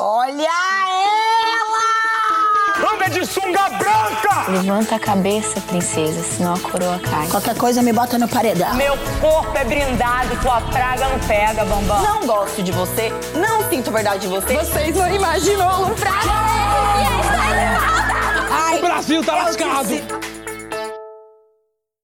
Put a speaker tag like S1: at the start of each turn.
S1: Olha ela!
S2: Anda de sunga branca!
S3: Levanta a cabeça, princesa, senão a coroa cai.
S4: Qualquer coisa me bota no paredão.
S5: Meu corpo é blindado, tua praga não pega, bambam.
S6: Não gosto de você, não sinto verdade de você.
S7: Vocês não imaginam a Lu Fraga!
S2: O Brasil tá lascado!